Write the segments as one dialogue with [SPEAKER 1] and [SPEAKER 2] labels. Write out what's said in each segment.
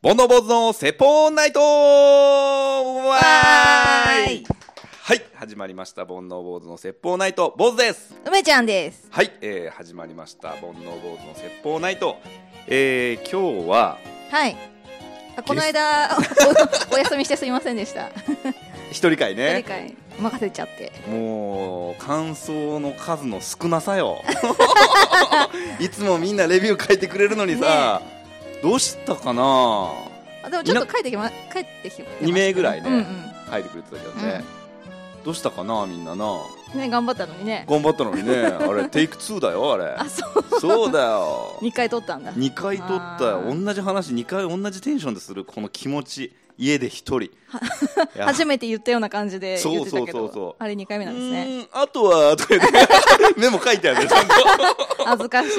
[SPEAKER 1] ボンドーボーズのセポンナイトわーいはい、始まりました。煩悩坊主の説法ナイト、坊主です。
[SPEAKER 2] 梅ちゃんです。
[SPEAKER 1] はい、えー、始まりました。煩悩坊主の説法ナイト。えー、今日は、
[SPEAKER 2] はい。あこの間おお休みしてすみません でした。
[SPEAKER 1] 一人会
[SPEAKER 2] 一人
[SPEAKER 1] ね。
[SPEAKER 2] 会任せちゃって。
[SPEAKER 1] もう、感想の数の少なさ よ。いつもみんなレビュー書いてくれるのにさ、どうしたかな
[SPEAKER 2] あでもちょっと帰ってきま帰ってきてます
[SPEAKER 1] 二名ぐらいね
[SPEAKER 2] うん
[SPEAKER 1] 書いてくれてたけどね。どうしたかなみんなな。
[SPEAKER 2] うん。ね頑張ったのにね。
[SPEAKER 1] 頑張ったのにね。あれ、テイク2だよ、あれ。
[SPEAKER 2] あそう。
[SPEAKER 1] そうだよ。
[SPEAKER 2] 二回取ったんだ。
[SPEAKER 1] 2回撮ったよ
[SPEAKER 2] あー
[SPEAKER 1] 同じ話2回同じテンションでするこの気持ち家で一人いや
[SPEAKER 2] 初めて言ったような感じで言ってた
[SPEAKER 1] そうそ
[SPEAKER 2] け
[SPEAKER 1] う
[SPEAKER 2] ど、
[SPEAKER 1] そうそう
[SPEAKER 2] あれ二回目なんですね。
[SPEAKER 1] うーんあとはとか 言ってメモ書いてあるねちゃんと
[SPEAKER 2] 恥ずかし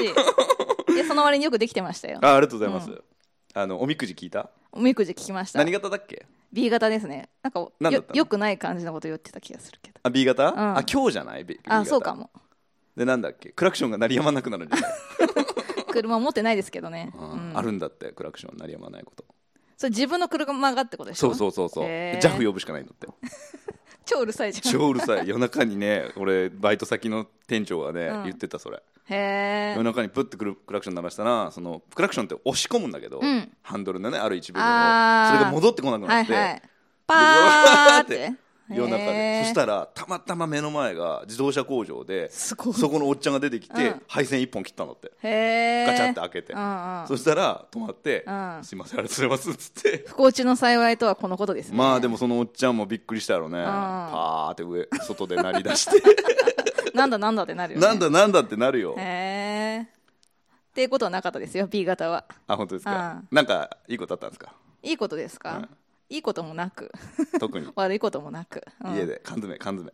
[SPEAKER 2] い。でその割によくできてましたよ。
[SPEAKER 1] あありがとうございます、
[SPEAKER 2] う
[SPEAKER 1] あのおみくじ聞いた
[SPEAKER 2] おみくじ聞きました。
[SPEAKER 1] 何型だっけ
[SPEAKER 2] B 型ですね。なんかよ
[SPEAKER 1] 何だったの
[SPEAKER 2] よくない感じのこと言ってた気がするけど。
[SPEAKER 1] あ B 型、
[SPEAKER 2] ん
[SPEAKER 1] あ今日じゃない B, B 型
[SPEAKER 2] あそうかも。
[SPEAKER 1] でなんだっけクラクションが鳴りやまなくなるん じゃない、
[SPEAKER 2] 車持ってないですけどね。
[SPEAKER 1] うん
[SPEAKER 2] うん
[SPEAKER 1] あるんだってクラクション鳴りやまないこと
[SPEAKER 2] それ自分の車がってことでし
[SPEAKER 1] そ
[SPEAKER 2] ょ
[SPEAKER 1] うそうそうそう
[SPEAKER 2] へー
[SPEAKER 1] JAF 呼ぶしかないんだって
[SPEAKER 2] 超うるさいじゃん
[SPEAKER 1] 超うるさい夜中にね俺バイト先の店長がね、
[SPEAKER 2] うん
[SPEAKER 1] 言ってたそれ
[SPEAKER 2] へ
[SPEAKER 1] 夜中にプッてくるクラクション鳴らしたらそのクラクションって押し込むんだけど、
[SPEAKER 2] うん
[SPEAKER 1] ハンドルのねある一部分を
[SPEAKER 2] あ
[SPEAKER 1] そ
[SPEAKER 2] ー
[SPEAKER 1] れが戻ってこなく
[SPEAKER 2] ー
[SPEAKER 1] な
[SPEAKER 2] はい
[SPEAKER 1] って、
[SPEAKER 2] はいパーっ
[SPEAKER 1] で
[SPEAKER 2] て
[SPEAKER 1] 夜中
[SPEAKER 2] へ
[SPEAKER 1] で
[SPEAKER 2] ー
[SPEAKER 1] そしたらたまたま目の前が自動車工場です
[SPEAKER 2] ごい
[SPEAKER 1] そこのおっちゃんが出てきて、
[SPEAKER 2] うん
[SPEAKER 1] 配線一本切ったのって
[SPEAKER 2] へー
[SPEAKER 1] ガチャって開けて、
[SPEAKER 2] うんうん
[SPEAKER 1] そしたら止まって「
[SPEAKER 2] うん
[SPEAKER 1] すいませんありがとうございます」っつって。
[SPEAKER 2] 不幸中の幸いとはこのことですね
[SPEAKER 1] まあでもそのおっちゃんもびっくりしたやろね、パーって上外で鳴り出して
[SPEAKER 2] なんだなんだってなるよね
[SPEAKER 1] なんだなんだってなるよ、
[SPEAKER 2] へーっていうことはなかったですよ B 型は
[SPEAKER 1] あ本当ですか、
[SPEAKER 2] うん
[SPEAKER 1] なんかいいことあったんですか
[SPEAKER 2] いいことですか、いいこともなく
[SPEAKER 1] 特に
[SPEAKER 2] 悪いこともなく、うん
[SPEAKER 1] 家で缶詰缶詰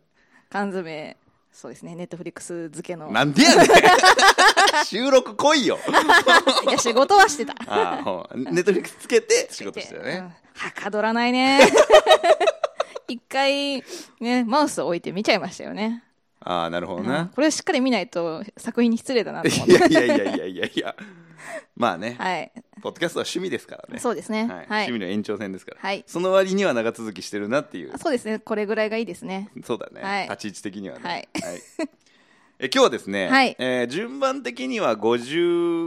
[SPEAKER 2] 缶詰そうですねネットフリックス付けの
[SPEAKER 1] なんでやねん 収録来いよ
[SPEAKER 2] いや仕事はしてた
[SPEAKER 1] ああほうネットフリックスつけて仕事してたよ
[SPEAKER 2] うん
[SPEAKER 1] ね、
[SPEAKER 2] はかどらな いね一回ねマウスを置いて見ちゃいましたよね
[SPEAKER 1] ああなるほど
[SPEAKER 2] うん
[SPEAKER 1] な、
[SPEAKER 2] これしっかり見ないと作品に失礼だなと思 っ
[SPEAKER 1] い
[SPEAKER 2] て
[SPEAKER 1] やいやいやいやいやいやまあね、
[SPEAKER 2] はい
[SPEAKER 1] ポッドキャストは趣味ですからね
[SPEAKER 2] そうです
[SPEAKER 1] は
[SPEAKER 2] ね
[SPEAKER 1] い
[SPEAKER 2] はい
[SPEAKER 1] 趣味の延長線ですから、
[SPEAKER 2] はい
[SPEAKER 1] その割には長続きしてるなっていう
[SPEAKER 2] あそうですねこれぐらいがいいですね
[SPEAKER 1] そうだね、
[SPEAKER 2] はい
[SPEAKER 1] 立ち位置的にはね、
[SPEAKER 2] はい
[SPEAKER 1] え今日はですね、
[SPEAKER 2] はい
[SPEAKER 1] えー順番的には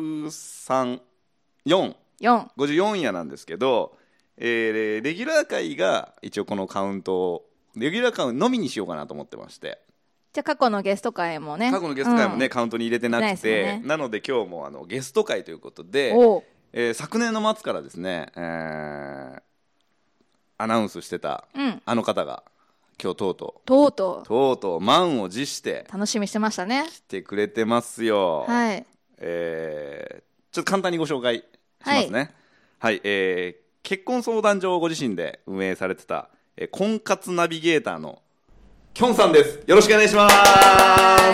[SPEAKER 1] 534
[SPEAKER 2] 4
[SPEAKER 1] 54夜なんですけど、えーレギュラー会が一応このカウントをレギュラーカウントのみにしようかなと思ってまして
[SPEAKER 2] じゃあ過去のゲスト会もね
[SPEAKER 1] 過去のゲスト会もね、
[SPEAKER 2] うん
[SPEAKER 1] カウントに入れてなく
[SPEAKER 2] 入れ
[SPEAKER 1] て
[SPEAKER 2] てな
[SPEAKER 1] ない
[SPEAKER 2] ですよね
[SPEAKER 1] ので今日もあのゲスト会ということで、
[SPEAKER 2] おう
[SPEAKER 1] えー昨年の末からですね、えーアナウンスしてた
[SPEAKER 2] うん
[SPEAKER 1] あの方が今日とうと
[SPEAKER 2] とうと
[SPEAKER 1] うとうとう満を持して
[SPEAKER 2] う楽しみしてましたね
[SPEAKER 1] 来てくれてますよ。
[SPEAKER 2] はい
[SPEAKER 1] えーちょっと簡単にご紹介しますね。はい、えー結婚相談所をご自身で運営されてた、えー婚活ナビゲーターのきょんさんです。よろしくお願いします。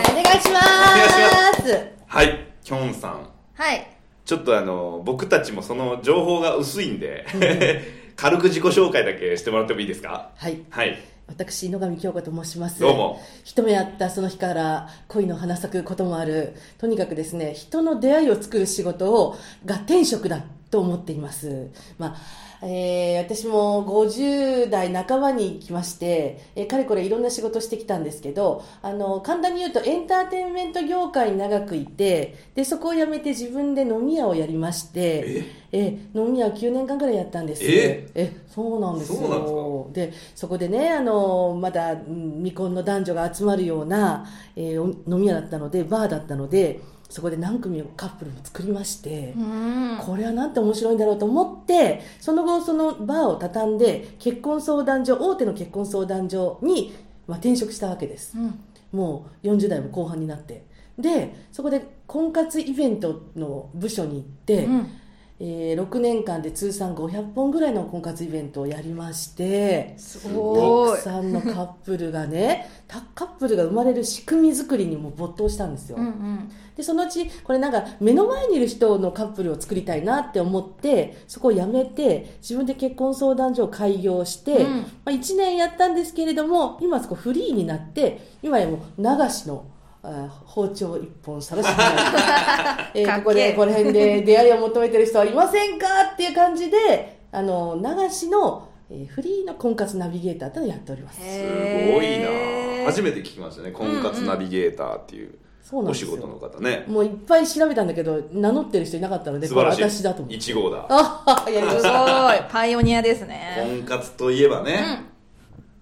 [SPEAKER 2] お願いしま
[SPEAKER 1] 願
[SPEAKER 2] す
[SPEAKER 1] はい、きょんさん。
[SPEAKER 2] はい
[SPEAKER 1] ちょっとあの僕たちもその情報が薄いん で軽く自己紹介だけしてもらってもいいですか。
[SPEAKER 3] はい、
[SPEAKER 1] はい。
[SPEAKER 3] 私野上京子と申します
[SPEAKER 1] どうも
[SPEAKER 3] 一目会ったその日から恋の花咲くこともあるとにかくですね人の出会いを作る仕事をが天職だと思っていますまあえー私も50代半ばに来まして、えーかれこれいろんな仕事をしてきたんですけどあの簡単に言うとエンターテインメント業界に長くいてでそこを辞めて自分で飲み屋をやりましてえー飲み屋を9年間ぐらいやったんです
[SPEAKER 1] え
[SPEAKER 3] そうなんですよ
[SPEAKER 1] そうなんですか
[SPEAKER 3] でそこでねあのまだうん未婚の男女が集まるような、えーお飲み屋だったのでバーだったのでそこで何組もカップルも作りまして、
[SPEAKER 2] うん
[SPEAKER 3] これはなんて面白いんだろうと思ってその後そのバーを畳んで結婚相談所大手の結婚相談所に、まあ、転職したわけです
[SPEAKER 2] うん
[SPEAKER 3] もう40代も後半になってでそこで婚活イベントの部署に行って、
[SPEAKER 2] うん
[SPEAKER 3] えー6年間で通算500本ぐらいの婚活イベントをやりまして
[SPEAKER 2] す
[SPEAKER 3] た
[SPEAKER 2] ご
[SPEAKER 3] く
[SPEAKER 2] い
[SPEAKER 3] さんのカップルがね たカップルが生まれる仕組み作りにも没頭したんですよ、
[SPEAKER 2] うん うん
[SPEAKER 3] でそのうちこれなんか目の前にいる人のカップルを作りたいなって思ってそこを辞めて自分で結婚相談所を開業して、
[SPEAKER 2] うん
[SPEAKER 3] まあ、1年やったんですけれども今そこフリーになって今やもう流しのあ包丁一本さらしになる、えー
[SPEAKER 2] かっ けー
[SPEAKER 3] ここでこの辺で出会いを求めてる人はいませんかっていう感じであの流しの、えーフリーの婚活ナビゲーターというのをやっております
[SPEAKER 1] す
[SPEAKER 2] へ
[SPEAKER 1] ごい
[SPEAKER 2] ー
[SPEAKER 1] な初めて聞きましたね婚活ナビゲーターっていう
[SPEAKER 3] そうなん
[SPEAKER 1] お
[SPEAKER 3] です
[SPEAKER 1] 仕
[SPEAKER 3] よ
[SPEAKER 1] 事の方ね
[SPEAKER 3] もういっぱい調べたんだけど名乗ってる人いなかったので
[SPEAKER 1] 素晴ら
[SPEAKER 3] これ私
[SPEAKER 1] しい
[SPEAKER 3] だと思って
[SPEAKER 1] 1号だ
[SPEAKER 3] あいやいや
[SPEAKER 2] すごいパイオニアですね
[SPEAKER 1] 婚活といえば
[SPEAKER 2] う
[SPEAKER 1] ね
[SPEAKER 2] ん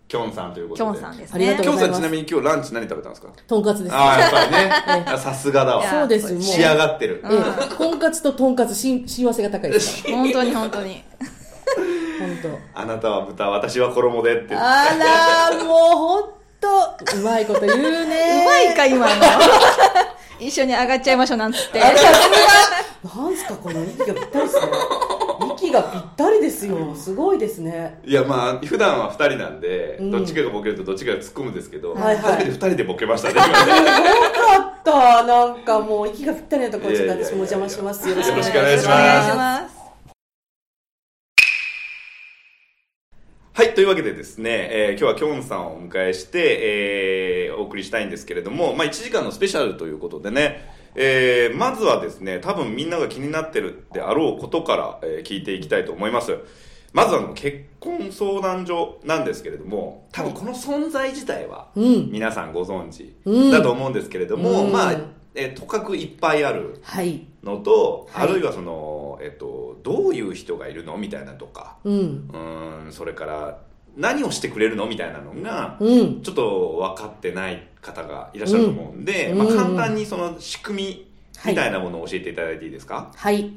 [SPEAKER 1] きょんさんというこ
[SPEAKER 2] きょ
[SPEAKER 1] と
[SPEAKER 2] ん
[SPEAKER 1] で
[SPEAKER 2] さんです
[SPEAKER 3] ありが
[SPEAKER 2] ね
[SPEAKER 3] と
[SPEAKER 1] き
[SPEAKER 3] う
[SPEAKER 1] ょん
[SPEAKER 3] ご
[SPEAKER 1] さ
[SPEAKER 3] ざい
[SPEAKER 1] ん
[SPEAKER 3] ます
[SPEAKER 1] ちなみに今日ランチ何食べたんですか
[SPEAKER 3] とんかつです
[SPEAKER 1] ああやっぱりね
[SPEAKER 3] え
[SPEAKER 1] いやさすがだ
[SPEAKER 2] いや
[SPEAKER 1] わ
[SPEAKER 3] そうですもう
[SPEAKER 1] 仕上がってる
[SPEAKER 2] う
[SPEAKER 3] ええ婚活ととんかつ親親和性が高 いですか
[SPEAKER 2] 本当に本当に
[SPEAKER 3] ら本当
[SPEAKER 1] あなたは豚私は衣でって
[SPEAKER 3] あらーもう本当うまいこと言うね
[SPEAKER 2] うまいか今の一緒に上がっちゃいましょうなんつって
[SPEAKER 3] なんすかこの息がぴったりですね息がぴったりですよすごいですね
[SPEAKER 1] いやまあ普段は2人なんで
[SPEAKER 3] うん
[SPEAKER 1] どっちかがボケるとどっちかが突っ込むんですけど
[SPEAKER 3] はいはい
[SPEAKER 1] 初めて2人でボケましたね今ね
[SPEAKER 3] よかったなんかもう息がぴったりなところちょっと私もお邪魔しますよろしくお願いします
[SPEAKER 1] よろしくお願いし
[SPEAKER 2] す
[SPEAKER 1] はいというわけでですね、えー今日はきょんさんをお迎えして、えーお送りしたいんですけれども、まあ、1時間のスペシャルということでね、えーまずはですね多分みんなが気になってるであろうことから、えー聞いていきたいと思いますまずはあの結婚相談所なんですけれども多分この存在自体は
[SPEAKER 3] うん
[SPEAKER 1] 皆さんご存知
[SPEAKER 3] うん
[SPEAKER 1] だと思うんですけれども、
[SPEAKER 3] うん
[SPEAKER 1] まあ、えーとかくいっぱいある
[SPEAKER 3] はい
[SPEAKER 1] のと、
[SPEAKER 3] はい
[SPEAKER 1] あるいはその、えっと、どういう人がいるのみたいなとか
[SPEAKER 3] うん
[SPEAKER 1] うーんそれから何をしてくれるのみたいなのが、
[SPEAKER 3] うん
[SPEAKER 1] ちょっと分かってない方がいらっしゃると思うんで、
[SPEAKER 3] うん
[SPEAKER 1] まあ、
[SPEAKER 3] うん
[SPEAKER 1] 簡単にその仕組みみたいなものを教えていただいていいですか、
[SPEAKER 3] はい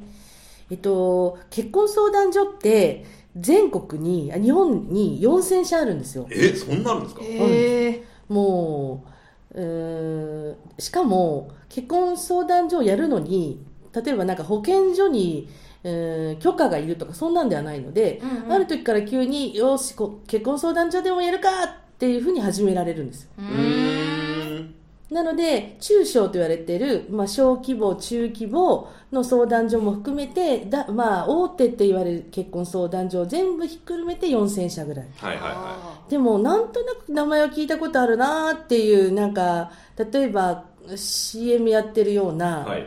[SPEAKER 3] えっと結婚相談所って全国にあ日本に4000社あるんですよ
[SPEAKER 1] えそんなあるんですか、
[SPEAKER 2] へえ
[SPEAKER 3] もううーんしかも結婚相談所をやるのに例えばなんか保健所にうーん許可がいるとかそんなんではないので、
[SPEAKER 2] うんうん
[SPEAKER 3] ある時から急によしこ結婚相談所でもやるかっていうふうに始められるんですよ
[SPEAKER 2] う
[SPEAKER 1] うーん
[SPEAKER 3] なので中小と言われている、まあ、小規模中規模の相談所も含めてだ、まあ、大手って言われる結婚相談所を全部ひっくるめて4000社ぐらい
[SPEAKER 1] はいはいは
[SPEAKER 3] でもなんとなく名前を聞いたことあるなーっていうなんか例えば CM やってるような、
[SPEAKER 1] いはい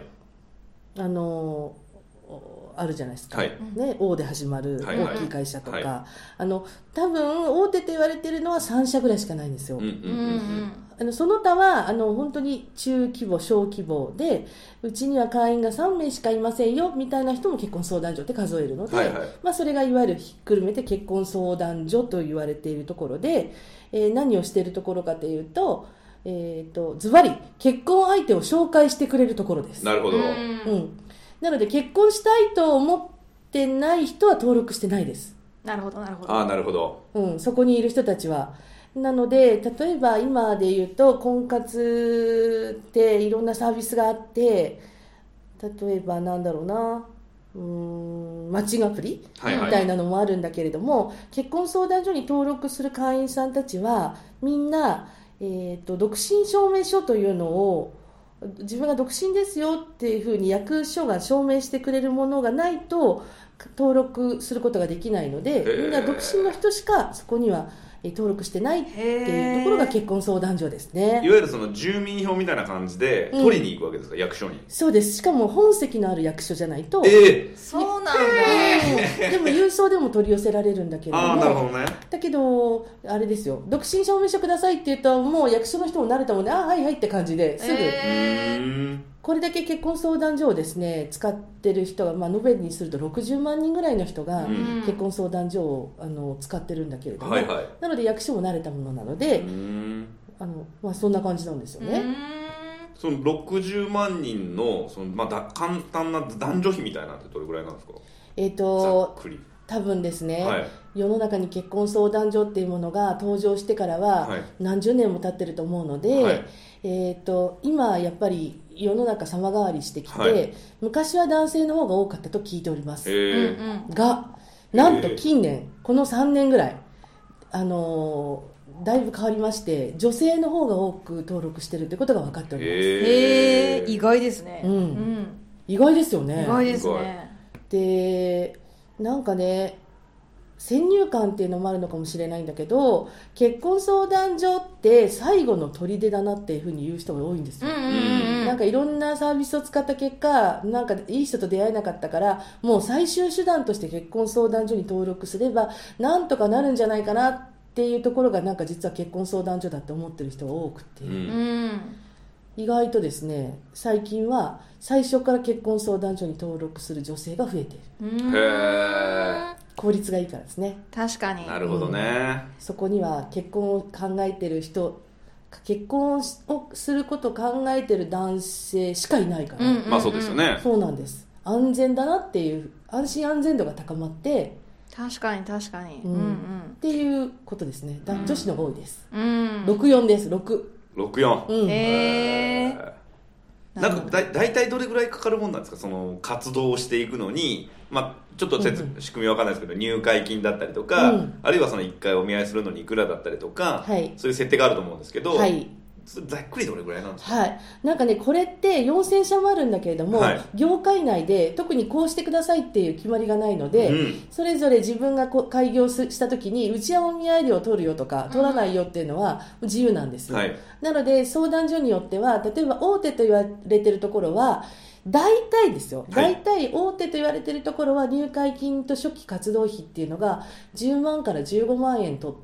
[SPEAKER 3] あのーおあるじゃないですか、
[SPEAKER 1] はい
[SPEAKER 3] ね、O で始まる
[SPEAKER 1] はいはい
[SPEAKER 3] 大きい会社とか、
[SPEAKER 1] は
[SPEAKER 3] あの多分大手と言われてるのは3社ぐらいしかないんですよ、
[SPEAKER 1] うんうんう
[SPEAKER 2] う
[SPEAKER 1] ん
[SPEAKER 2] ん
[SPEAKER 1] う
[SPEAKER 2] うんん
[SPEAKER 3] あのその他はあの本当に中規模小規模でうちには会員が3名しかいませんよみたいな人も結婚相談所って数えるので、
[SPEAKER 1] はいはい
[SPEAKER 3] まあ、それがいわゆるひっくるめて結婚相談所と言われているところで、えー何をしているところかというと,、えー、とズバリ結婚相手を紹介してくれるところです
[SPEAKER 1] なるほど、
[SPEAKER 3] うん、なので結婚したいと思ってない人は登録してないです
[SPEAKER 2] なるほどなるほど
[SPEAKER 1] ああなるほど
[SPEAKER 3] うん、そこにいる人たちは。なので、例えば今で言うと、婚活っていろんなサービスがあって、例えばなんだろうな、うーん、マッチングアプリ
[SPEAKER 1] はい
[SPEAKER 3] み
[SPEAKER 1] はい
[SPEAKER 3] たいなのもあるんだけれども、結婚相談所に登録する会員さんたちは、みんな、えっと、独身証明書というのを、自分が独身ですよっていうふうに役所が証明してくれるものがないと登録することができないので、
[SPEAKER 1] ー
[SPEAKER 3] みんな独身の人しかそこにはえー登録してないって
[SPEAKER 2] へ
[SPEAKER 3] いうところが結婚相談所です
[SPEAKER 1] い
[SPEAKER 3] ね。
[SPEAKER 1] わゆるその住民票みたいな感じで
[SPEAKER 3] うん
[SPEAKER 1] 取りに行くわけですか、役所に
[SPEAKER 3] そうです。しかも本籍のある役所じゃないと、
[SPEAKER 1] ええ
[SPEAKER 2] そうなんだ
[SPEAKER 3] うんでも郵送でも取り寄せられるんだけれど
[SPEAKER 1] ああなるほ
[SPEAKER 3] も、
[SPEAKER 1] どね
[SPEAKER 3] だけど、あれですよ、独身証明書くださいって言うと、もう役所の人も慣れたもんで、ああ、はいはいって感じですぐ、
[SPEAKER 1] う
[SPEAKER 2] へー
[SPEAKER 1] ーん
[SPEAKER 3] これだけ結婚相談所をですね、使ってる人が、まあ、延べにすると60万人ぐらいの人が
[SPEAKER 1] う、ん
[SPEAKER 3] 結婚相談所をあの使ってるんだけれども、
[SPEAKER 1] はいはい
[SPEAKER 3] なので役所も慣れたものなの
[SPEAKER 1] うー
[SPEAKER 3] で、
[SPEAKER 1] ん
[SPEAKER 3] あのまあ、そんな感じなんですよね。
[SPEAKER 1] その60万人のその、まあ、だ簡単な男女比みたいなんてどれぐらいなんですか
[SPEAKER 3] えっ、
[SPEAKER 1] ざ
[SPEAKER 3] と
[SPEAKER 1] っくり、
[SPEAKER 3] 多分ですね、
[SPEAKER 1] はい、
[SPEAKER 3] 世の中に結婚相談所っていうものが登場してからは
[SPEAKER 1] はい
[SPEAKER 3] 何十年も経ってると思うので、
[SPEAKER 1] はい
[SPEAKER 3] えっ、と今やっぱり世の中様変わりしてきて、
[SPEAKER 1] はい
[SPEAKER 3] 昔は男性の方が多かったと聞いております。
[SPEAKER 2] う
[SPEAKER 1] え
[SPEAKER 2] んうん
[SPEAKER 3] がなんと
[SPEAKER 1] えー
[SPEAKER 3] 近年、この3年ぐらい、あのーだいぶ変わりまして女性の方が多く登録してるってことが分かっております、
[SPEAKER 2] へ
[SPEAKER 1] え
[SPEAKER 2] え意外ですね
[SPEAKER 3] うん意外ですよね
[SPEAKER 2] 意外ですね
[SPEAKER 3] でなんかね先入観っていうのもあるのかもしれないんだけど結婚相談所って最後の砦だなっていうふうに言う人が多いんです
[SPEAKER 2] うん
[SPEAKER 3] よ、
[SPEAKER 2] うんうん
[SPEAKER 3] なんかいろんなサービスを使った結果なんかいい人と出会えなかったからもう最終手段として結婚相談所に登録すればなんとかなるんじゃないかなっていうところがなんか実は結婚相談所だって思ってる人が多くて、
[SPEAKER 1] うん
[SPEAKER 2] うん
[SPEAKER 3] 意外とですね最近は最初から結婚相談所に登録する女性が増えている
[SPEAKER 2] うん
[SPEAKER 1] へー
[SPEAKER 3] 効率がいいからですね
[SPEAKER 2] 確かに
[SPEAKER 1] なるほどね、
[SPEAKER 3] そこには結婚を考えてる人結婚をすることを考えてる男性しかいないから、
[SPEAKER 2] うんうん
[SPEAKER 1] まあそうですよね、
[SPEAKER 3] そうなんです安全だなっていう安心安全度が高まって
[SPEAKER 2] 確かに確かにう
[SPEAKER 3] うんん
[SPEAKER 2] うん
[SPEAKER 3] っていうことですねだ
[SPEAKER 2] うん
[SPEAKER 3] 女子の方が多いです、
[SPEAKER 2] うん
[SPEAKER 3] 64です6
[SPEAKER 1] 64
[SPEAKER 3] うん、
[SPEAKER 2] へえー
[SPEAKER 1] なんかだ大体どれぐらいかかるもんなんですかその活動をしていくのに、まあ、ちょっと説、
[SPEAKER 3] うんうん
[SPEAKER 1] 仕組みわかんないですけど入会金だったりとか、
[SPEAKER 3] うん
[SPEAKER 1] あるいはその1回お見合いするのにいくらだったりとか、
[SPEAKER 3] はい
[SPEAKER 1] そういう設定があると思うんですけど、
[SPEAKER 3] はい
[SPEAKER 1] それざっくりどれぐらいなんですか
[SPEAKER 3] はい、なんかね、これって4000社もあるんだけれども、
[SPEAKER 1] はい
[SPEAKER 3] 業界内で特にこうしてくださいっていう決まりがないので、
[SPEAKER 1] うん
[SPEAKER 3] それぞれ自分がこう開業すした時にうちはお見合い料を取るよとか取らないよっていうのは自由なんですよ、
[SPEAKER 1] はい
[SPEAKER 3] なので相談所によっては例えば大手と言われてるところは大体ですよ、
[SPEAKER 1] はい
[SPEAKER 3] 大体大手と言われてるところは入会金と初期活動費っていうのが10万から15万円と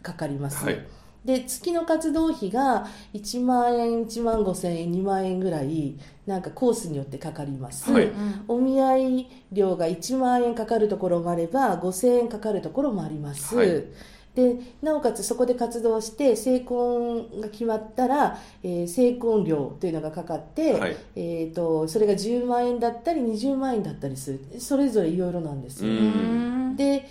[SPEAKER 3] かかります、
[SPEAKER 1] はい
[SPEAKER 3] で月の活動費が1万円1万5千円2万円ぐらいなんかコースによってかかります、
[SPEAKER 1] はい
[SPEAKER 2] うん
[SPEAKER 3] お見合い料が1万円かかるところもあれば5000円かかるところもあります、
[SPEAKER 1] はい
[SPEAKER 3] でなおかつそこで活動して成婚が決まったら、えー成婚料というのがかかって、
[SPEAKER 1] はい
[SPEAKER 3] えー、とそれが10万円だったり20万円だったりするそれぞれいろいろなんですよ、
[SPEAKER 1] う
[SPEAKER 2] うんん
[SPEAKER 3] で、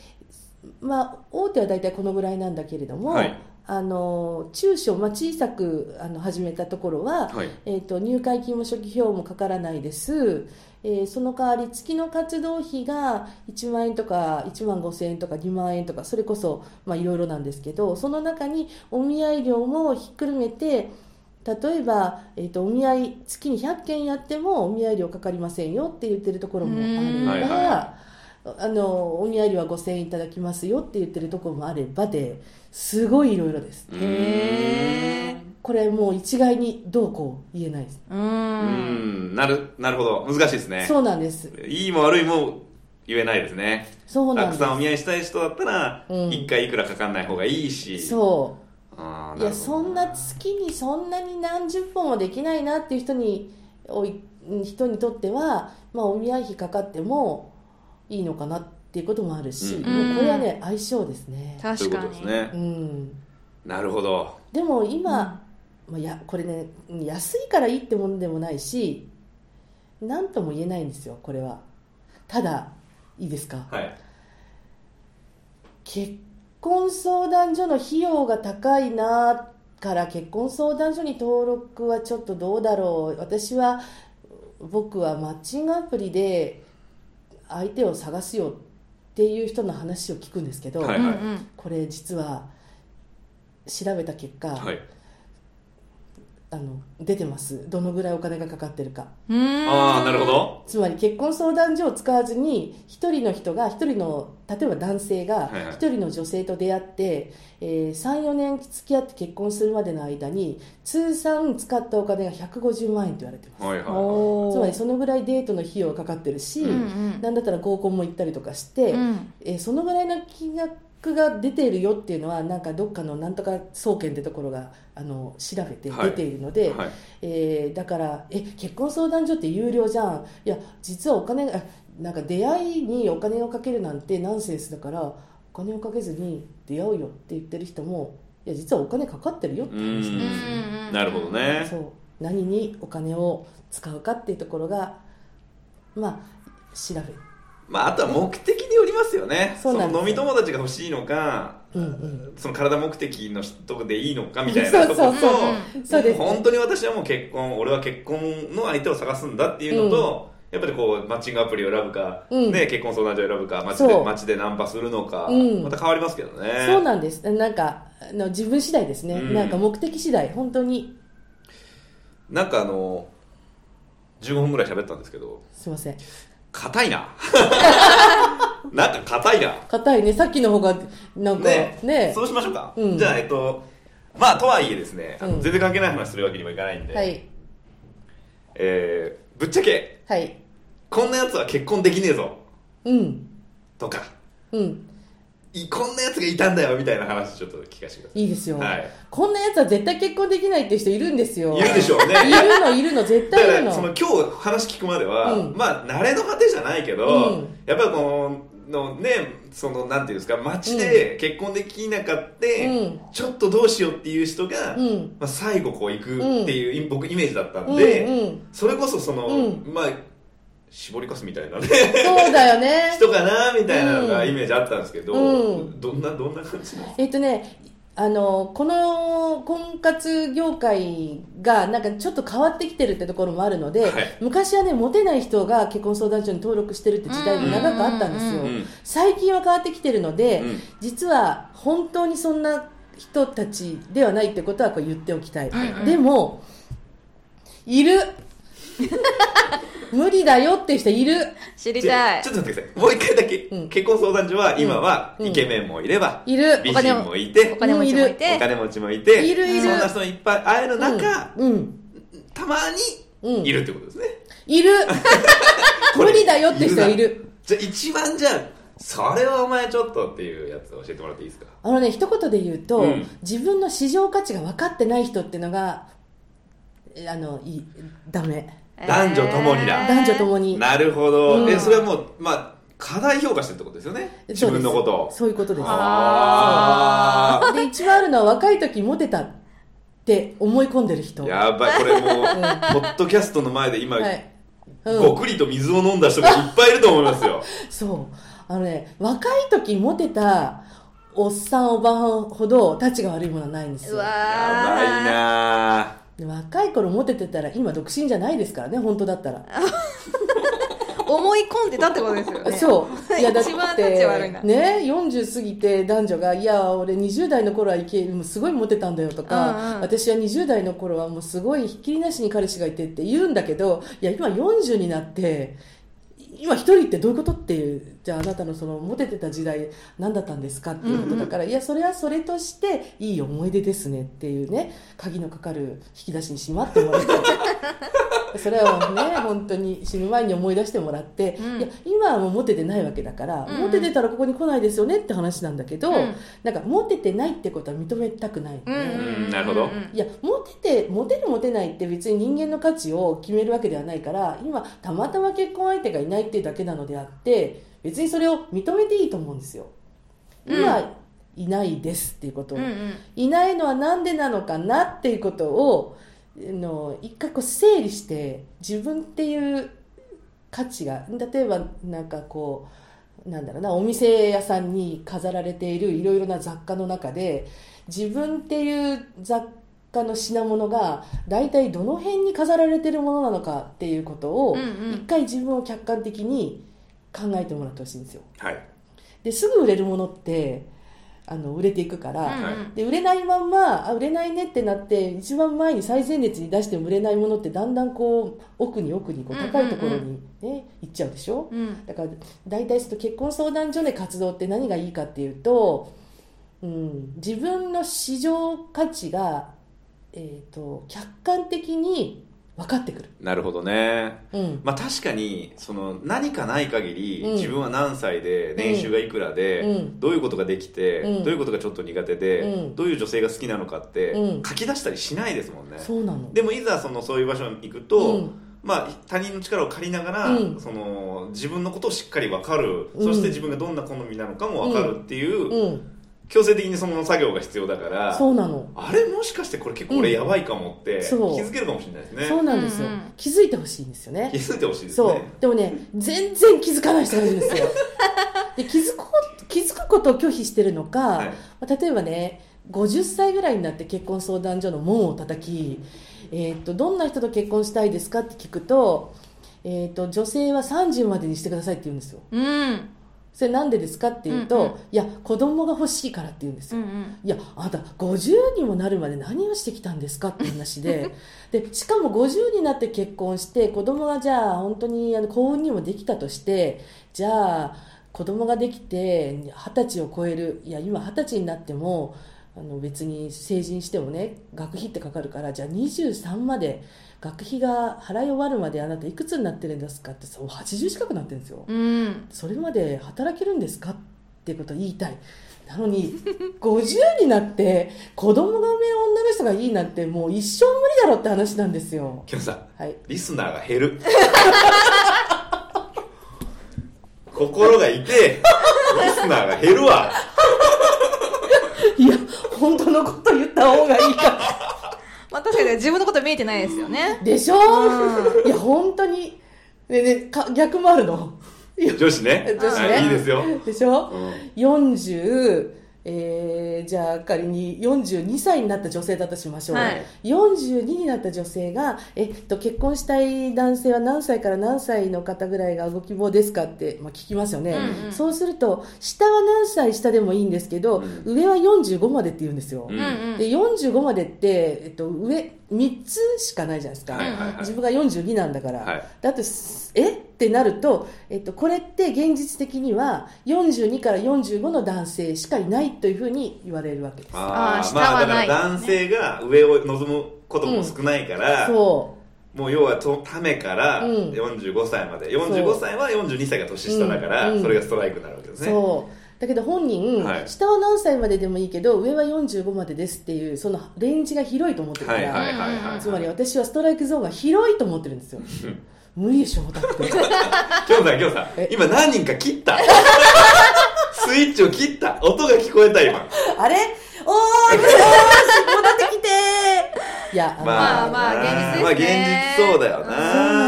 [SPEAKER 3] まあ、大手は大体このぐらいなんだけれども、
[SPEAKER 1] はい
[SPEAKER 3] あの中小、まあ、小さくあの始めたところは、
[SPEAKER 1] はい
[SPEAKER 3] えー、と入会金も初期費用もかからないです、えーその代わり月の活動費が1万円とか1万5千円とか2万円とかそれこそまあいろいろなんですけどその中にお見合い料もひっくるめて例えば、えー、とお見合い月に100件やってもお見合い料かかりませんよって言ってるところもあれ
[SPEAKER 1] うーんはいは
[SPEAKER 3] ば。あのお見合い料は5000円いただきますよって言ってるところもあればですごいいろいろです
[SPEAKER 2] へー
[SPEAKER 3] これもう一概にどうこう言えないです
[SPEAKER 2] う
[SPEAKER 1] うんんなるなるほど難しいですね
[SPEAKER 3] そうなんです。
[SPEAKER 1] いいも悪いも言えないですね
[SPEAKER 3] そうな
[SPEAKER 1] た
[SPEAKER 3] んで
[SPEAKER 1] く
[SPEAKER 3] す。
[SPEAKER 1] さんお見合いしたい人だったら、
[SPEAKER 3] うん
[SPEAKER 1] 一1回いくらかかんない方がいいし
[SPEAKER 3] そ
[SPEAKER 1] あーなるほ
[SPEAKER 3] う。い
[SPEAKER 1] ど
[SPEAKER 3] や、そんな月にそんなに何十本はできないなっていう人に、おい人にとっては、まあ、お見合い費かかってもいいのかなっていうこともあるし、
[SPEAKER 1] うん
[SPEAKER 3] もうこれはね、相性ですね。
[SPEAKER 1] とい
[SPEAKER 2] 確
[SPEAKER 1] うこ
[SPEAKER 2] か
[SPEAKER 1] とです
[SPEAKER 2] に
[SPEAKER 1] ね、
[SPEAKER 3] うん。
[SPEAKER 1] なるほど
[SPEAKER 3] でも今、まあ、やこれね、安いからいいってもんでもないし、なんとも言えないんですよ、これは。ただ、いいですか、
[SPEAKER 1] はい
[SPEAKER 3] 結婚相談所の費用が高いなから結婚相談所に登録はちょっとどうだろう私は僕はマッチングアプリで相手を探すよっていう人の話を聞くんですけど、
[SPEAKER 1] は
[SPEAKER 2] う
[SPEAKER 1] い
[SPEAKER 2] ん
[SPEAKER 1] は
[SPEAKER 2] う
[SPEAKER 1] い
[SPEAKER 2] ん
[SPEAKER 3] これ実は調べた結果、
[SPEAKER 1] はい
[SPEAKER 3] あの出てますどのぐらいお金がかかってるか
[SPEAKER 2] うん
[SPEAKER 1] ああなるほど
[SPEAKER 3] つまり結婚相談所を使わずに一人の人が一人の例えば男性が
[SPEAKER 1] はいはい
[SPEAKER 3] 一人の女性と出会って、えー34年付き合って結婚するまでの間に通算使ったお金が150万円と言われてます、
[SPEAKER 1] はいはいは
[SPEAKER 2] おー
[SPEAKER 3] つまりそのぐらいデートの費用がかかってるし、
[SPEAKER 1] う
[SPEAKER 2] うんうん
[SPEAKER 3] なんだったら合コンも行ったりとかして、
[SPEAKER 2] うん
[SPEAKER 3] えーそのぐらいの金額が出ているよっていうのはなんかどっかのなんとか総研ってところがあの調べて
[SPEAKER 1] はい
[SPEAKER 3] 出ているの
[SPEAKER 1] い
[SPEAKER 3] で、
[SPEAKER 1] はい
[SPEAKER 3] えーだからえ結婚相談所って有料じゃんいや実はお金があなんか出会いにお金をかけるなんてナンセンスだからお金をかけずに出会おうよって言ってる人もいや実はお金かかってるよって話なんです
[SPEAKER 1] う
[SPEAKER 3] よ
[SPEAKER 2] うんうん
[SPEAKER 1] なるほどね
[SPEAKER 3] そう何にお金を使うかっていうところがまあ調べ
[SPEAKER 1] まああとは目的によりますよね
[SPEAKER 3] そうなんで
[SPEAKER 1] の
[SPEAKER 3] すよ
[SPEAKER 1] 飲み友達が欲しいのか
[SPEAKER 3] うんうん
[SPEAKER 1] その体目的の人でいいのかみたいなところと
[SPEAKER 3] そ
[SPEAKER 2] そ
[SPEAKER 3] う
[SPEAKER 2] う
[SPEAKER 3] うんそうです
[SPEAKER 1] 本当に私はもう結婚俺は結婚の相手を探すんだっていうのと、やっぱりこうマッチングアプリを選ぶか、
[SPEAKER 3] うん
[SPEAKER 1] ね、結婚相談所を選ぶか街で
[SPEAKER 3] そう
[SPEAKER 1] 街でナンパするのか、
[SPEAKER 3] うん
[SPEAKER 1] また変わりますけどね
[SPEAKER 3] そうなんですなんかあの自分次第ですね、
[SPEAKER 1] うん
[SPEAKER 3] なんか目的次第本当に
[SPEAKER 1] なんかあの15分ぐらい喋ったんですけど
[SPEAKER 3] すいません
[SPEAKER 1] 硬いななんか硬いな。
[SPEAKER 3] 硬いね。さっきの方が、なんか、ね
[SPEAKER 1] ねそうしましょうか。
[SPEAKER 3] うん
[SPEAKER 1] じゃあ、えっと、まあ、とはいえですね、あの
[SPEAKER 3] うん
[SPEAKER 1] 全然関係ない話するわけにもいかないんで、
[SPEAKER 3] はい。
[SPEAKER 1] えーぶっちゃけ、
[SPEAKER 3] はい。
[SPEAKER 1] こんなやつは結婚できねえぞ、
[SPEAKER 3] うん。
[SPEAKER 1] とか、
[SPEAKER 3] うん。
[SPEAKER 1] いこんなやつがいたんだよ、みたいな話ちょっと聞かせてください。
[SPEAKER 3] いいですよ。
[SPEAKER 1] はい
[SPEAKER 3] こんなやつは絶対結婚できないっていう人いるんですよ。
[SPEAKER 1] いるでしょうね。
[SPEAKER 3] いるの、いるの、絶
[SPEAKER 1] だ
[SPEAKER 3] 対
[SPEAKER 1] か
[SPEAKER 3] いる
[SPEAKER 1] ら
[SPEAKER 3] の。
[SPEAKER 1] その今日話聞くまでは、
[SPEAKER 3] うん
[SPEAKER 1] まあ慣れの果てじゃないけど、
[SPEAKER 3] うん
[SPEAKER 1] やっぱりこののねそのなんていうんですか街で結婚できなかった、
[SPEAKER 3] うん
[SPEAKER 1] ちょっとどうしようっていう人が、
[SPEAKER 3] うん。
[SPEAKER 1] まあ、最後こう行くっていう、僕イメージだったんで、
[SPEAKER 3] うん、うん。
[SPEAKER 1] それこそその、
[SPEAKER 3] う
[SPEAKER 1] まあ絞りかすみたいなね
[SPEAKER 3] そうだよね。
[SPEAKER 1] 人かなみたいなのがイメージあったんですけど、
[SPEAKER 3] うん
[SPEAKER 1] どんなどんな感じなんですか
[SPEAKER 3] えっとね、あの、この婚活業界がなんかちょっと変わってきてるってところもあるので、
[SPEAKER 1] はい
[SPEAKER 3] 昔はね、モテない人が結婚相談所に登録してるって時代が長くあったんですよ。
[SPEAKER 2] うん
[SPEAKER 1] うん
[SPEAKER 3] 最近は変わってきてるので、
[SPEAKER 1] うん
[SPEAKER 3] 実は本当にそんな人たちではないってことはこう言っておきたい。
[SPEAKER 2] うんうん
[SPEAKER 3] でも、いる無理だよっていう人いる
[SPEAKER 2] 知り
[SPEAKER 1] ちょ
[SPEAKER 2] たい
[SPEAKER 1] ちょっと待ってくださいもう一回だけ、
[SPEAKER 3] うん
[SPEAKER 1] 結婚相談所は今は
[SPEAKER 3] うん
[SPEAKER 1] イケメンもいれば、
[SPEAKER 3] いる
[SPEAKER 1] 美人もいて
[SPEAKER 2] お金持ちもい
[SPEAKER 1] お
[SPEAKER 2] て
[SPEAKER 1] 金持ちもいて
[SPEAKER 3] いるいる
[SPEAKER 1] そんな人いっぱい会える中、
[SPEAKER 3] うんうん、
[SPEAKER 1] たま
[SPEAKER 3] うん
[SPEAKER 1] にいるってことですね、
[SPEAKER 3] いる
[SPEAKER 1] こ
[SPEAKER 3] 無
[SPEAKER 1] れ
[SPEAKER 3] 理だよって人いる。
[SPEAKER 1] じゃあ一番じゃあそれはお前ちょっとっていうやつ教えてもらっていいですか
[SPEAKER 3] あのね、一言で言うと、
[SPEAKER 1] うん
[SPEAKER 3] 自分の市場価値が分かってない人っていうのが、えあの、いい、ダメ。
[SPEAKER 1] 男女共にだ
[SPEAKER 3] 男女ともに。
[SPEAKER 1] なるほど、
[SPEAKER 3] うん
[SPEAKER 1] えそれはもうまあ過大評価してるってことですよね自
[SPEAKER 3] そうです
[SPEAKER 1] 分のことを
[SPEAKER 3] そういうことです。
[SPEAKER 1] あ
[SPEAKER 3] で、一番あるのは若い時モテたって思い込んでる人。
[SPEAKER 1] ー
[SPEAKER 3] は
[SPEAKER 1] やばいこれもう、ポッドキャストの前で今、
[SPEAKER 3] い。う
[SPEAKER 1] ご
[SPEAKER 3] ん。
[SPEAKER 1] くりと水を飲んだ人がいっぱいいると思います よ
[SPEAKER 3] そう。あのね、若い時モテたおっさんおばはんほどたちが悪いものはないんです
[SPEAKER 2] う
[SPEAKER 3] よ
[SPEAKER 2] わ。
[SPEAKER 1] やばい
[SPEAKER 2] ー
[SPEAKER 1] なあ
[SPEAKER 3] で若い頃モテてたら今独身じゃないですからね、本当だったら。
[SPEAKER 2] 思い込んでたってことですよね
[SPEAKER 3] そう。いや、だっ て、
[SPEAKER 2] 一番立ち悪いな
[SPEAKER 3] ね、40過ぎて男女が、いや、俺20代の頃はいけ、もうすごいモテたんだよと
[SPEAKER 2] うん
[SPEAKER 3] か、
[SPEAKER 2] うん
[SPEAKER 3] 私は20代の頃はもうすごいひっきりなしに彼氏がいてって言うんだけど、いや、今40になって、今一人ってどういうことっていう、じゃああなたのそのモテてた時代何だったんですかっていうことだから、いや、それはそれとしていい思い出ですねっていうね、鍵のかかる引き出しにしまってもらいたい。それをね 本当に死ぬ前に思い出してもらって、
[SPEAKER 2] うん
[SPEAKER 3] いや今はもうモテてないわけだから、
[SPEAKER 2] うんうん
[SPEAKER 3] モテてたらここに来ないですよねって話なんだけど、
[SPEAKER 2] うん
[SPEAKER 3] なんかモテてないってことは認めたくないのね、
[SPEAKER 1] うんなるほど
[SPEAKER 3] いやモテてモテるモテないって別に人間の価値を決めるわけではないから今たまたま結婚相手がいないっていうだけなのであって別にそれを認めていいと思うんですよ。今、いないですっていうことを、
[SPEAKER 2] うんうん
[SPEAKER 3] いないのはなんでなのかなっていうことをあの一回こう整理して自分っていう価値が例えばなんかこうなんだろうなお店屋さんに飾られているいろいろな雑貨の中で自分っていう雑貨の品物が大体どの辺に飾られているものなのかっていうことを
[SPEAKER 2] うんうん
[SPEAKER 3] 一回自分を客観的に考えてもらってほしいんですよ。
[SPEAKER 1] はい
[SPEAKER 3] ですぐ売れるものってあの売れていくから、
[SPEAKER 1] はい
[SPEAKER 2] うんうん
[SPEAKER 3] で売れないまんまあ売れないねってなって一番前に最前列に出しても売れないものってだんだんこう奥に奥にこう
[SPEAKER 2] うんうんうん
[SPEAKER 3] 高いところに、ね行っちゃうでしょ、
[SPEAKER 2] うん
[SPEAKER 3] だから大体その結婚相談所で活動って何がいいかっていうと、うん、自分の市場価値が、えー、と客観的に分かってくる。
[SPEAKER 1] なるほどね
[SPEAKER 3] うん
[SPEAKER 1] まあ確かにその何かない限り、
[SPEAKER 3] うん
[SPEAKER 1] 自分は何歳で年収がいくらで、
[SPEAKER 3] うん
[SPEAKER 1] どういうことができて、
[SPEAKER 3] うん
[SPEAKER 1] どういうことがちょっと苦手で、
[SPEAKER 3] うん
[SPEAKER 1] どういう女性が好きなのかって、
[SPEAKER 3] うん
[SPEAKER 1] 書き出したりしないですもんね
[SPEAKER 3] そうなの
[SPEAKER 1] でもいざそのそういう場所に行くと、
[SPEAKER 3] うん
[SPEAKER 1] まあ、他人の力を借りながら、
[SPEAKER 3] うん
[SPEAKER 1] その自分のことをしっかり分かる、
[SPEAKER 3] うん
[SPEAKER 1] そして自分がどんな好みなのかも分かるっていう、
[SPEAKER 3] うん、
[SPEAKER 1] 強制的にその作業が必要だから
[SPEAKER 3] そうなの
[SPEAKER 1] あれもしかしてこれ結構俺やばいかもって、気
[SPEAKER 3] そう
[SPEAKER 1] づけるかもしれないですね
[SPEAKER 3] そうなんですよ、
[SPEAKER 2] うんうん
[SPEAKER 3] 気づいてほしいんですよね
[SPEAKER 1] 気づいてほしいです
[SPEAKER 3] そう
[SPEAKER 1] ね
[SPEAKER 3] でもね全然気づかない人がいるんですよで気づこう気づくことを拒否してるのか、
[SPEAKER 1] はい
[SPEAKER 3] まあ例えばね50歳ぐらいになって結婚相談所の門を叩き、えー、とどんな人と結婚したいですかって聞くと,、えー、と女性は30までにしてくださいって言うんですよ
[SPEAKER 2] うん
[SPEAKER 3] それなんでですかって言うと、
[SPEAKER 2] うんうん
[SPEAKER 3] いや子供が欲しいからって言うんです
[SPEAKER 2] う
[SPEAKER 3] よ、
[SPEAKER 2] ん
[SPEAKER 3] いやあなた50にもなるまで何をしてきたんですかって話ででしかも50になって結婚して子供がじゃあ本当にあの幸運にもできたとしてじゃあこ子供ができて二十歳を超えるいや今二十歳になってもあの別に成人してもね学費ってかかるからじゃあ23まで学費が払い終わるまであなたいくつになってるんですかってそう80近くなってるんですよ、
[SPEAKER 2] うん。
[SPEAKER 3] それまで働けるんですかってことを言いたいなのに 50になって子供が産める女の人がいいなんてもう一生無理だろって話なんですよ
[SPEAKER 1] きょんさん
[SPEAKER 3] はい
[SPEAKER 1] リスナーが減 る心が痛えリスナーが減るわ
[SPEAKER 3] いや本当のこと言った方がい いか
[SPEAKER 2] まあ確かに自分のこと見えてないですよね。
[SPEAKER 3] でしょ
[SPEAKER 2] う
[SPEAKER 3] いや本当にねねか逆もあるのいや
[SPEAKER 1] 女子ね
[SPEAKER 3] 女子ね
[SPEAKER 1] はいいいですよ、
[SPEAKER 3] でしょ、
[SPEAKER 1] うん
[SPEAKER 3] 40、えーじゃあ仮に42歳になった女性だとしましょう、
[SPEAKER 2] はい
[SPEAKER 3] 42になった女性が、えっと、結婚したい男性は何歳から何歳の方ぐらいがご希望ですかって、まあ、聞きますよね、
[SPEAKER 2] うんうん
[SPEAKER 3] そうすると下は何歳下でもいいんですけど、
[SPEAKER 1] うん
[SPEAKER 3] 上は45までって言うんですよ、
[SPEAKER 1] う
[SPEAKER 2] うんうん。
[SPEAKER 3] で45までって、えっと、上3つしかないじゃないですか、
[SPEAKER 1] はいはいはい
[SPEAKER 3] 自分が42なんだから、
[SPEAKER 1] はい
[SPEAKER 3] だってすえってなると、えっと、これって現実的には42から45の男性しかいないというふうに言われるわけです
[SPEAKER 1] あー
[SPEAKER 2] あー下
[SPEAKER 1] まあ
[SPEAKER 2] は
[SPEAKER 1] だか
[SPEAKER 2] な
[SPEAKER 1] ら
[SPEAKER 2] い
[SPEAKER 1] 男性が上を望むことも少ないから、
[SPEAKER 3] そ
[SPEAKER 1] もう要はとためから
[SPEAKER 3] うん
[SPEAKER 1] 45歳まで、45歳は42歳が年下だから、
[SPEAKER 3] うんうん
[SPEAKER 1] それがストライクになるわけで
[SPEAKER 3] う
[SPEAKER 1] すね
[SPEAKER 3] そうだけど本人、
[SPEAKER 1] はい
[SPEAKER 3] 下は何歳まででもいいけど上は45までですっていうそのレンジが広いと思ってるか
[SPEAKER 1] はい
[SPEAKER 3] ら、
[SPEAKER 1] はいはいはい、
[SPEAKER 3] つまり私はストライクゾーンが広いと思ってるんで すよ無理でしょだって
[SPEAKER 1] きょうさんきょうさん
[SPEAKER 3] え
[SPEAKER 1] 今何人か切った スイッチを切った音が聞こえた今
[SPEAKER 3] あれおーい戻ってきていやの
[SPEAKER 2] まあまあ現実ですね
[SPEAKER 1] まあ現実そうだよ
[SPEAKER 3] そうな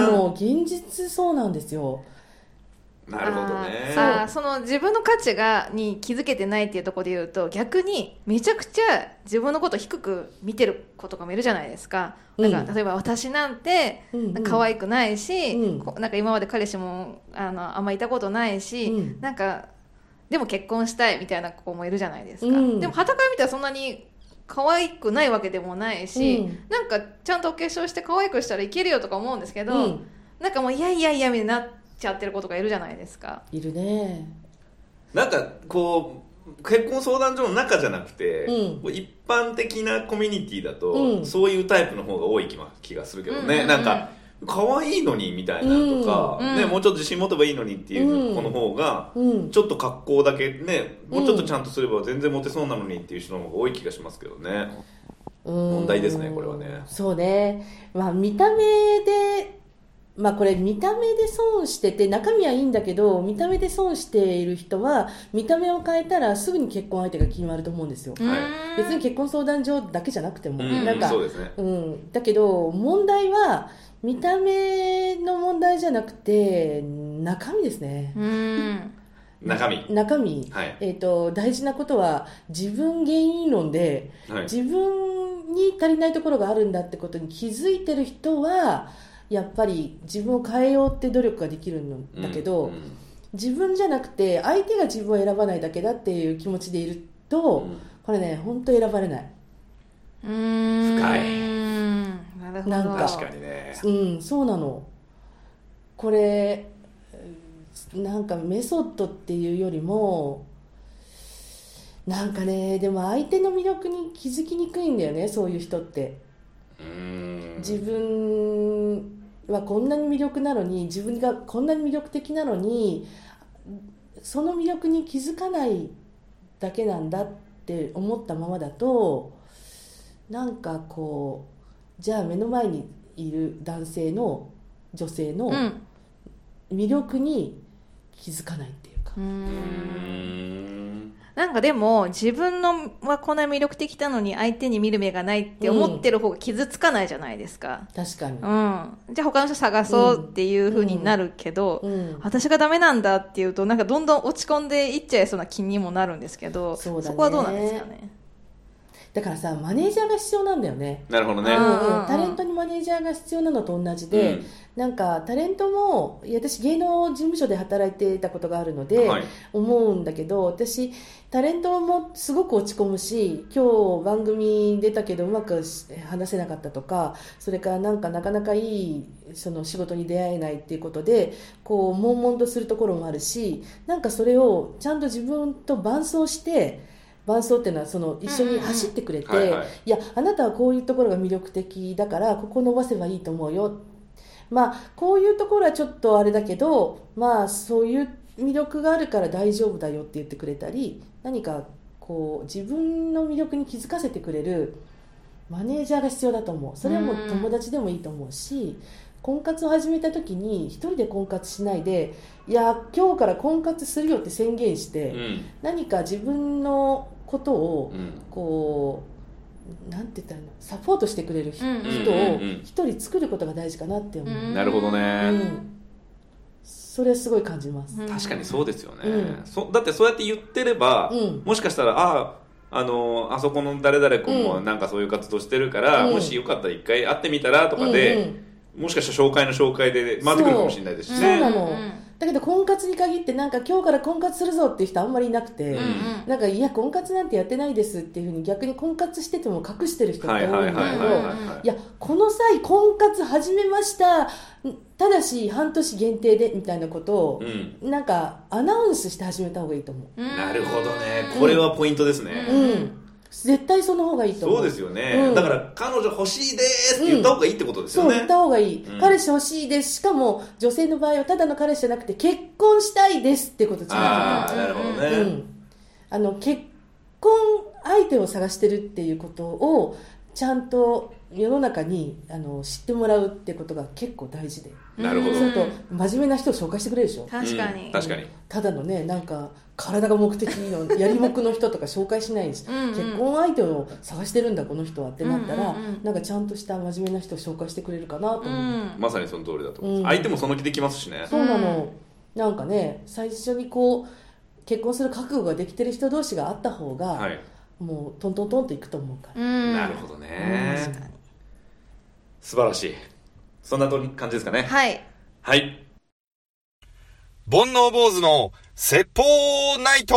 [SPEAKER 1] な、
[SPEAKER 3] の現実そうなんですよ
[SPEAKER 1] なるほどね
[SPEAKER 2] あーあーその自分の価値がに気づけてないっていうところで言うと逆にめちゃくちゃ自分のこと低く見てる子とかもいるじゃないですか,、
[SPEAKER 3] うん
[SPEAKER 2] なんか例えば私なんて
[SPEAKER 3] うんうん
[SPEAKER 2] なんか可愛くないし、
[SPEAKER 3] うん
[SPEAKER 2] こなんか今まで彼氏もあのあんまいたことないし、
[SPEAKER 3] うん
[SPEAKER 2] なんかでも結婚したいみたいな子もいるじゃないですか、
[SPEAKER 3] うん
[SPEAKER 2] でもはたから見たらそんなに可愛くないわけでもないし、
[SPEAKER 3] うん
[SPEAKER 2] なんかちゃんとお化粧して可愛くしたらいけるよとか思うんですけど、
[SPEAKER 3] うん
[SPEAKER 2] なんかもういやいやいやみたいになっちゃってる子とかいるじゃないですか。
[SPEAKER 3] いるね
[SPEAKER 1] なんかこう結婚相談所の中じゃなくて、
[SPEAKER 3] うん
[SPEAKER 1] こう一般的なコミュニティだと、
[SPEAKER 3] うん
[SPEAKER 1] そういうタイプの方が多い気ま気がするけどね、
[SPEAKER 2] うんうんうん
[SPEAKER 1] なんか可愛いのにみたいなのとか、
[SPEAKER 2] うん
[SPEAKER 1] ね、
[SPEAKER 2] うん
[SPEAKER 1] もうちょっと自信持てばいいのにっていう子の方が、
[SPEAKER 3] うん
[SPEAKER 1] ちょっと格好だけねもうちょっとちゃんとすれば全然モテそうなのにっていう人の方が多い気がしますけどね、
[SPEAKER 3] 問
[SPEAKER 1] 題ですねこれはね
[SPEAKER 3] そうねまあ見た目でまあこれ見た目で損してて中身はいいんだけど見た目で損している人は見た目を変えたらすぐに結婚相手が決まると思うんですよ、
[SPEAKER 1] はいう
[SPEAKER 2] ーん
[SPEAKER 3] 別に結婚相談所だけじゃなくても、
[SPEAKER 1] うん
[SPEAKER 3] なんか
[SPEAKER 1] そうですね
[SPEAKER 3] うん、だけど問題は見た目の問題じゃなくて中身ですね
[SPEAKER 2] う、ーん
[SPEAKER 1] 中身はい
[SPEAKER 3] 中身、
[SPEAKER 1] はい
[SPEAKER 3] えー、と大事なことは自分原因論で自分に足りないところがあるんだってことに気づいてる人はやっぱり自分を変えようって努力ができるんだけど、
[SPEAKER 1] うんうん
[SPEAKER 3] 自分じゃなくて相手が自分を選ばないだけだっていう気持ちでいると、
[SPEAKER 1] うん
[SPEAKER 3] これね本当選ばれない、
[SPEAKER 2] うーん
[SPEAKER 1] 深い
[SPEAKER 2] なるほど
[SPEAKER 3] なんか
[SPEAKER 1] 確かにね
[SPEAKER 3] うん、そうなのこれうんなんかメソッドっていうよりもなんかねでも相手の魅力に気づきにくいんだよねそういう人って
[SPEAKER 1] うん
[SPEAKER 3] 自分はこんなに魅力なのに自分がこんなに魅力的なのにその魅力に気づかないだけなんだって思ったままだとなんかこうじゃあ目の前にいる男性の女性の
[SPEAKER 2] うん
[SPEAKER 3] 魅力に気づかないっていうか
[SPEAKER 2] うー
[SPEAKER 1] うんん
[SPEAKER 2] なんかでも自分のはこんな魅力的なのに相手に見る目がないって思ってる方が傷つかないじゃないですか、
[SPEAKER 3] 確か
[SPEAKER 2] う、
[SPEAKER 3] に
[SPEAKER 2] んじゃあ他の人探そうっていう風になるけど、
[SPEAKER 3] うん、
[SPEAKER 2] 私がダメなんだっていうとなんかどんどん落ち込んでいっちゃいそうな気にもなるんですけど
[SPEAKER 3] そうだね
[SPEAKER 2] こはどうなんですかね
[SPEAKER 3] だからさマネージャーが必要なんだよね
[SPEAKER 1] なるほどね
[SPEAKER 2] あー
[SPEAKER 3] うんうんタレントにマネージャーが必要なのと同じで、なんかタレントもいや私芸能事務所で働いてたことがあるので、
[SPEAKER 1] はい
[SPEAKER 3] 思うんだけど私タレントもすごく落ち込むし今日番組出たけどうまくし話せなかったとかそれからなんかなかなかいいその仕事に出会えないっていうことでこう悶々とするところもあるしなんかそれをちゃんと自分と伴走して伴走っていうのはその一緒に走ってくれて、
[SPEAKER 1] うんうんうんはいはい
[SPEAKER 3] いやあなたはこういうところが魅力的だからここ伸ばせばいいと思うよまあこういうところはちょっとあれだけどまあそういう魅力があるから大丈夫だよって言ってくれたり何かこう自分の魅力に気づかせてくれるマネージャーが必要だと思うそれはもう友達でもいいと思うし婚活を始めた時に一人で婚活しないでいや今日から婚活するよって宣言して、
[SPEAKER 1] うん
[SPEAKER 3] 何か自分のことを、
[SPEAKER 1] うん
[SPEAKER 3] こうなんて言ったらいいのサポートしてくれる人
[SPEAKER 2] うん
[SPEAKER 3] 人
[SPEAKER 1] うん
[SPEAKER 3] を
[SPEAKER 1] うんうん
[SPEAKER 3] 一人作ることが大事かなって思う、
[SPEAKER 1] なるほどね
[SPEAKER 3] うんそれはすごい感じます、
[SPEAKER 2] うん
[SPEAKER 1] 確かにそうですよね、
[SPEAKER 3] うん
[SPEAKER 1] そだってそうやって言ってれば、
[SPEAKER 3] うん
[SPEAKER 1] もしかしたらあああのあそこの誰々君も
[SPEAKER 3] うん
[SPEAKER 1] なんかそういう活動してるから、
[SPEAKER 3] うん
[SPEAKER 1] もしよかったら一回会ってみたらとかで、
[SPEAKER 3] うんうん
[SPEAKER 1] もしかしたら紹介の紹介で回ってくるかもしれないですし
[SPEAKER 3] そう
[SPEAKER 1] ね
[SPEAKER 3] なのだけど婚活に限ってなんか今日から婚活するぞっていう人あんまりいなくて、
[SPEAKER 1] うん
[SPEAKER 3] なんかいや婚活なんてやってないですっていうふうに逆に婚活してても隠してる人っ
[SPEAKER 1] は
[SPEAKER 3] て
[SPEAKER 1] い
[SPEAKER 3] 多
[SPEAKER 1] はいは
[SPEAKER 3] い
[SPEAKER 1] い
[SPEAKER 3] ん
[SPEAKER 1] は
[SPEAKER 3] だ
[SPEAKER 1] い
[SPEAKER 3] け
[SPEAKER 1] は
[SPEAKER 3] ど
[SPEAKER 1] いはい
[SPEAKER 3] いやこの際婚活始めましたただし半年限定でみたいなことを
[SPEAKER 1] う、ん
[SPEAKER 3] なんかアナウンスして始めた方がいいと思う、
[SPEAKER 1] なるほどねこれはポイントですね、
[SPEAKER 2] うん
[SPEAKER 3] 絶対その方がいいと思う
[SPEAKER 1] そうですよね、
[SPEAKER 3] うん
[SPEAKER 1] だから彼女欲しいですって言った方がいいってことです
[SPEAKER 3] そ
[SPEAKER 1] よ
[SPEAKER 3] う
[SPEAKER 1] ね、
[SPEAKER 3] 言った方がいい、
[SPEAKER 1] うん
[SPEAKER 3] 彼氏欲しいですしかも女性の場合はただの彼氏じゃなくて結婚したいですってことじ
[SPEAKER 1] あ
[SPEAKER 3] ゃ
[SPEAKER 1] あなるほど
[SPEAKER 3] な
[SPEAKER 1] ね、
[SPEAKER 3] いうん、あの結婚相手を探してるっていうことをちゃんと世の中にあの知ってもらうってことが結構大事で
[SPEAKER 1] なるほど
[SPEAKER 3] そうすると真面目な人を紹介してくれるでしょ
[SPEAKER 2] 確かに
[SPEAKER 1] うん確かに
[SPEAKER 3] ただのねなんか体が目的のやりもくの人とか紹介しないし
[SPEAKER 2] うんうん
[SPEAKER 3] 結婚相手を探してるんだこの人はってなったら、
[SPEAKER 2] うんうんうん
[SPEAKER 3] なんかちゃんとした真面目な人を紹介してくれるかなと思う、
[SPEAKER 1] まさにその通りだと思います、
[SPEAKER 3] うん
[SPEAKER 1] 相手もその気で来ますしね
[SPEAKER 3] そうなの、なんかね最初にこう結婚する覚悟ができてる人同士があった方が、
[SPEAKER 1] はい
[SPEAKER 3] もうトントントンといくと思うから、
[SPEAKER 1] な
[SPEAKER 2] な
[SPEAKER 1] るほど
[SPEAKER 3] うん確
[SPEAKER 1] ね。素晴らしい。そんなと感じですかね。
[SPEAKER 2] はい
[SPEAKER 1] はい。
[SPEAKER 4] 煩悩坊主の説法ナイト